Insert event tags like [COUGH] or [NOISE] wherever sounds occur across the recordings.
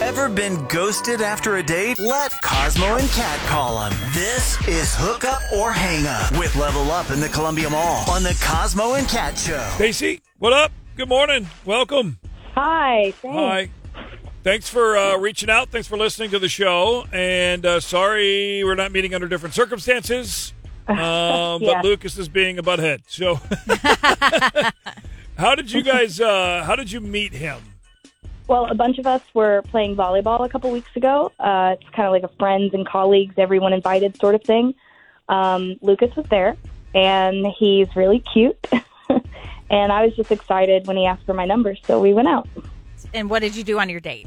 Ever been ghosted after a date? Let Cosmo and Cat call them. This is Hook Up or Hang Up with Level Up in the Columbia Mall on the Cosmo and Cat Show. Stacy, what up? Good morning. Welcome. Hi. Thanks. Hi. Thanks for uh, reaching out. Thanks for listening to the show. And uh, sorry we're not meeting under different circumstances. Um, Yeah. But Lucas is being a butthead. So, [LAUGHS] how did you guys? Uh, how did you meet him? Well, a bunch of us were playing volleyball a couple weeks ago. Uh, it's kind of like a friends and colleagues, everyone invited sort of thing. Um, Lucas was there, and he's really cute. [LAUGHS] and I was just excited when he asked for my number, so we went out. And what did you do on your date?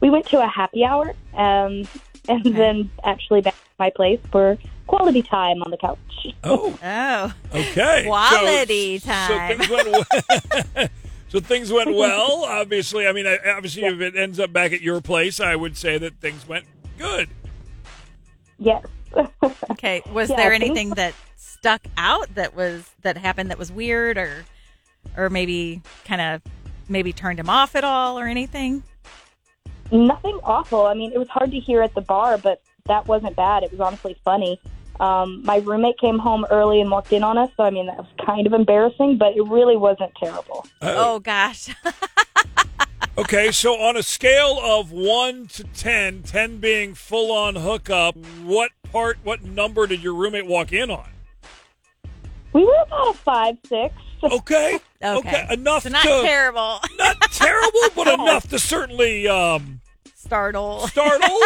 We went to a happy hour, um, [LAUGHS] and then actually back to my place for quality time on the couch. Oh, Oh, okay. So- Quality So time. things went well. [LAUGHS] so things went well. Obviously, I mean, I- obviously, if it ends up back at your place, I would say that things went good. Yes. okay. Was Yeah, there I think- anything that stuck out that was that happened that was weird or or maybe kind of maybe turned him off at all or anything? Nothing awful. I mean, it was hard to hear at the bar, but that wasn't bad. It was honestly funny. Um, my roommate came home early and walked in on us, so I mean, that was kind of embarrassing, but it really wasn't terrible. Oh, gosh. [LAUGHS] Okay, so on a scale of 1 to 10, 10 being full on hookup, what part, what number did your roommate walk in on? We were about a five, six. Okay. [LAUGHS] Okay. enough So not Oh. to. terrible. [LAUGHS] not terrible, but enough to certainly um, Startle. startle,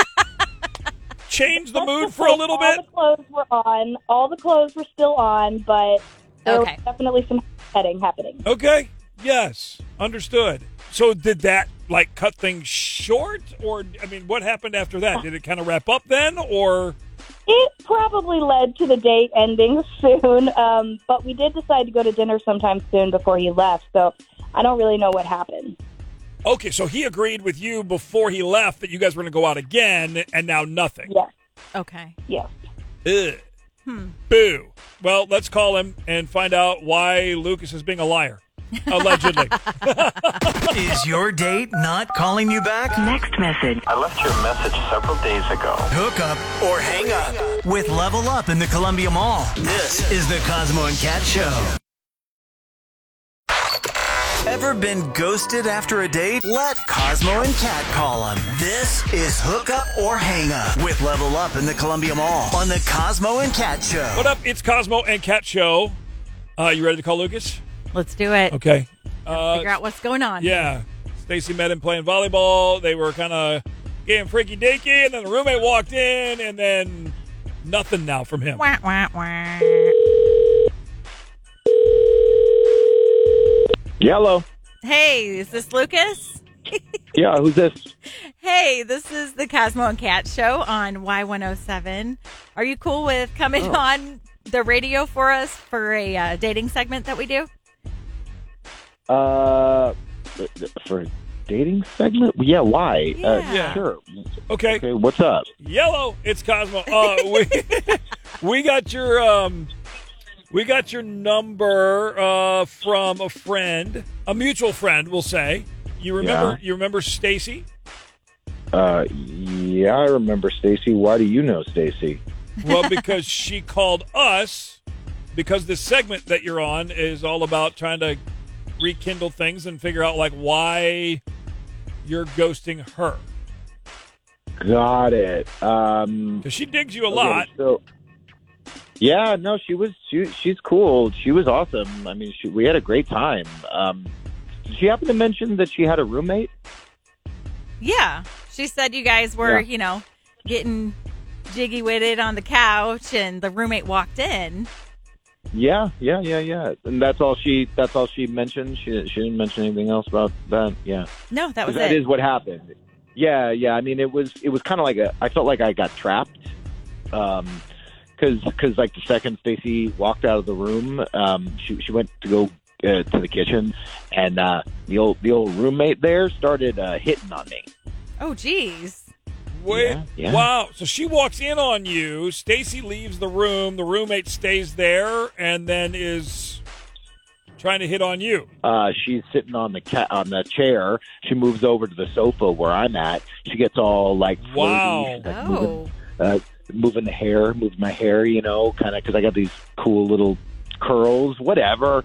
change the mood for a Like, little all bit. the clothes were on. All the clothes were still on, but there Okay. was definitely some petting happening. Okay. Yes. Understood. So did that like cut things short or I mean what happened after that? Did it kind of wrap up then or It probably led to the date ending [LAUGHS] soon, um, but we did decide to go to dinner sometime soon before he left, so I don't really know what happened. Okay, so he agreed with you before he left that you guys were going to go out again and now nothing. Yes, Okay. yes. Ugh. Boo. Well, let's call him and find out why Lucas is being a liar. Allegedly. Is your date not calling you back? Next message. I left you a message several days ago. Hook Up or Hang Up with Level Up in the Columbia Mall. This is the Cosmo and Cat Show. Ever been ghosted after a date? Let Cosmo and Cat call them. This is Hook Up or Hang Up with Level Up in the Columbia Mall on the Cosmo and Cat Show. what up? It's Cosmo and Cat Show. Uh, you ready to call Lucas? Let's do it. Okay. Uh, Figure out what's going on. yeah. Stacy met him playing volleyball. They were kind of getting freaky deaky, and then the roommate walked in, and then nothing now from him. Wah, wah, wah. Yellow. Hey, is this Lucas? Yeah, who's this? Hey, this is the Cosmo and Cat Show on Y107. Are you cool with coming Oh. on the radio for us for a uh, dating segment that we do? Uh, for a dating segment? Yeah, why? Uh, Yeah. Sure. Okay. Okay, what's up? Yellow. It's Cosmo. Uh, we [LAUGHS] we got your um, we got your number uh, from a friend, a mutual friend, we'll say. You remember? You remember Stacy? Uh, yeah, I remember Stacy. Why do you know Stacy? Well, because she called us. Because this segment that you're on is all about trying to rekindle things and figure out like why you're ghosting her. Got it. Um, Because she digs you a okay, lot. So, yeah, no, she was. She, she's cool. She was awesome. I mean, she, we had a great time. Um, did she happen to mention that she had a roommate? Yeah. She said you guys were, Yeah. you know, getting jiggy witted on the couch and the roommate walked in. Yeah, yeah, yeah, yeah. And that's all she. That's all she mentioned. She she didn't mention anything else about that. Yeah. No, that was that it. is what happened. Yeah, yeah. I mean, it was it was kind of like a. I felt like I got trapped, um, because like the second Stacy walked out of the room, um, she she went to go uh, to the kitchen, and uh, the old the old roommate there started uh, hitting on me. oh, geez. Wait. Yeah, yeah. Wow. So she walks in on you. Stacy leaves the room. The roommate stays there and then is trying to hit on you. Uh, she's sitting on the ca- on the chair. She moves over to the sofa where I'm at. She gets all like flirty. Wow. She's, like, moving, Oh, uh, moving the hair, moving my hair, you know, kind of because I got these cool little curls, whatever.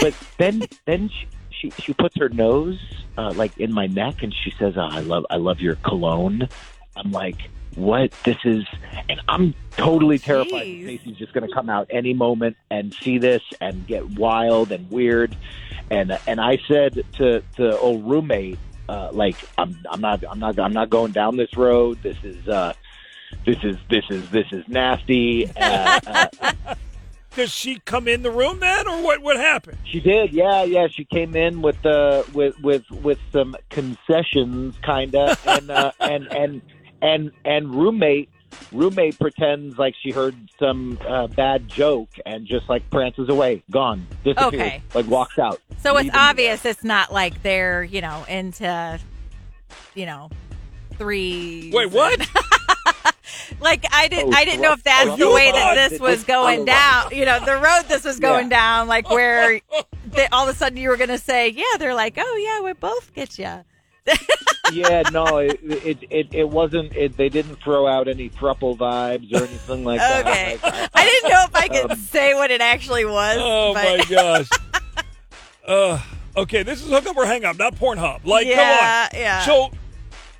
But then then she, she she puts her nose uh, like in my neck and she says, oh, "I love I love your cologne." I'm like. What this is, and I'm totally terrified. Jeez. that Stacey's just going to come out any moment and see this and get wild and weird, and and I said to to old roommate, uh, like I'm I'm not I'm not I'm not going down this road. This is uh, this is this is this is nasty. Uh, uh, Does she come in the room then, or what? What happened? she did, yeah, yeah. She came in with uh, with with with some concessions, [LAUGHS] kind of, and, uh, and and and and roommate roommate pretends like she heard some uh, bad joke and just like prances away, gone, disappears, Okay. like walks out. so it's leaving- obvious it's not like they're you know into you know three. Wait, [LAUGHS] what? Like I didn't, I didn't know if that's Oh, the you way thought that that this was this- going oh, down. You know, the road this was going Yeah. down. Like [LAUGHS] where they, all of a sudden you were going to say, "Yeah," they're like, "Oh yeah, we both get you." yeah, no, it it, it, it wasn't. It, they didn't throw out any thruple vibes or anything like that. Okay, Like, I- I didn't know if I Um, could say what it actually was. Oh but [LAUGHS] my gosh. uh, okay, this is hook up or hang up, not Pornhub. Like, Yeah, come on. yeah. So,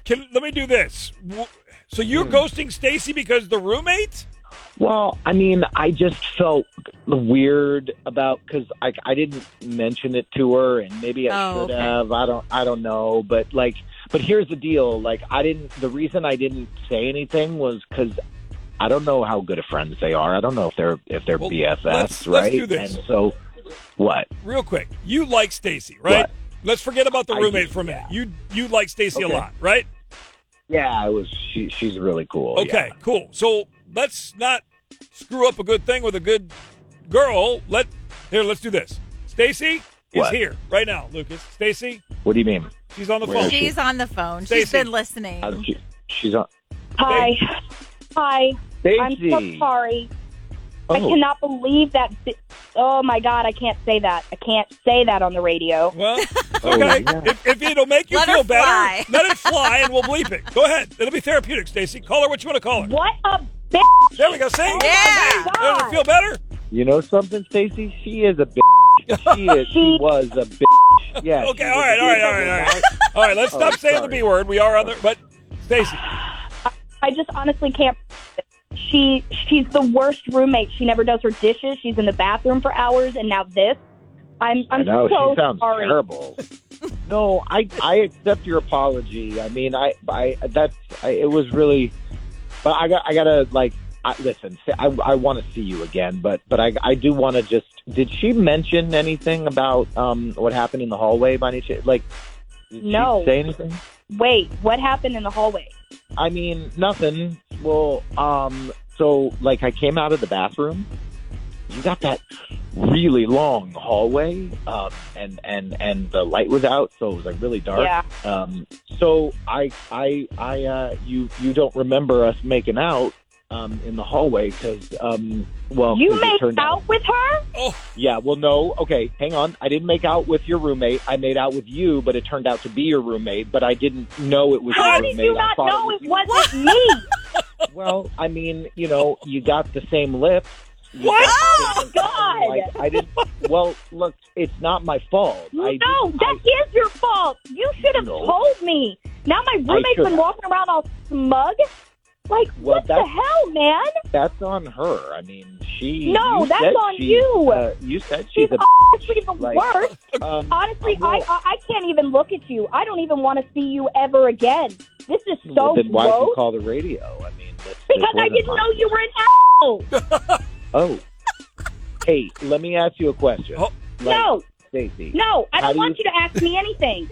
can let me do this. W- So you're Hmm. ghosting Stacy because the roommate? Well, I mean, I just felt weird about because I, I didn't mention it to her, and maybe I Oh, should okay. have. I don't, I don't know. But like, but here's the deal: like, I didn't. The reason I didn't say anything was because I don't know how good of friends they are. I don't know if they're if they're Well, BFFs, let's- right? let's do this. And so, what? Real quick, you like Stacy, right? What? Let's forget about the I roommate do, for a minute. yeah. You you like Stacy Okay. a lot, right? Yeah, I was. She, she's really cool. yeah. Okay, cool. So let's not screw up a good thing with a good girl. Let here, let's do this. Stacy is What? here right now, Lucas. Stacy, What do you mean? she's on the Where phone. is she? she's on the phone. She's Stacey. been listening. Mm-hmm. Uh, she- she's on. Hi. Hi. I'm so Daisy. sorry. I Oh. cannot believe that. bi- Oh my God, I can't say that. I can't say that on the radio. Well, Oh, okay. yeah. if, if it'll make you Let her feel better, fly. [LAUGHS] let it fly and we'll bleep it. Go ahead. It'll be therapeutic, Stacy. Call her what you want to call her. What a bitch! There we go. See? Yeah. Does it feel better? You know something, Stacy? She is a bitch. She is. [LAUGHS] She was a bitch. Yeah. Okay, she all was a right, all right, bitch. all right, all right. All right, let's Oh, stop saying the sorry. B word. We are on the. But, Stacy, I just honestly can't. She she's the worst roommate. She never does her dishes. She's in the bathroom for hours, and now this. I'm I I'm know so she sounds sorry. terrible. No, I I accept your apology. I mean, I I that's I, it was really, but I got I gotta like I, listen. I I want to see you again, but but I I do want to just. Did she mention anything about um what happened in the hallway by any chance? Like, did No. she say anything? Wait, what happened in the hallway? I mean, nothing. Well, um, so like I came out of the bathroom. You got that really long hallway, um, and and and the light was out, so it was like really dark. Yeah. Um, so I I I uh, you you don't remember us making out um in the hallway because um well you 'cause it made turned out with her? oh, yeah, well, no. Okay, hang on. I didn't make out with your roommate. I made out with you, but it turned out to be your roommate. But I didn't know it was How your did roommate. you I not thought know was it you. wasn't me? [LAUGHS] Well, I mean, you know, you got the same lip. What? Oh God. Like, I didn't. Well, look, it's not my fault. I No, didn't- that is your fault. You should have No. told me. Now my roommate's should been have. walking around all smug. Like Well, what the that's- hell, man? I- that's on her. I mean, she. No, you that's said on she- you. Uh, you said she's, She's [LAUGHS] a. honestly the [LAUGHS] like- worst. Um, Honestly, I I, will. I I can't even look at you. I don't even want to see you ever again. This is so well, then why did gross. you call the radio? I mean, that's, because that I wasn't didn't my- know you were an asshole. Oh. hey, let me ask you a question. Oh. Like, no, Stacey, no, I How don't do want you- you to ask me [LAUGHS] anything.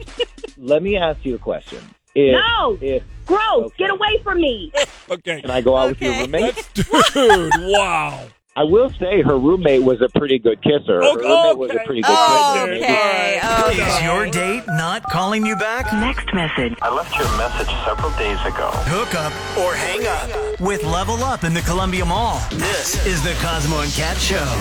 let me ask you a question. If, No. If, Gross, Okay. get away from me. okay. can I go out with Okay. your roommate? That's, [LAUGHS] dude, wow. I will say her roommate was a pretty good kisser. Her Okay. roommate was a pretty good Oh, kisser. okay. All right. okay. Is your date not calling you back? Next message. I left you a message several days ago. Hook up or hang up with Level Up in the Columbia Mall. This is the Cosmo and Cat Show.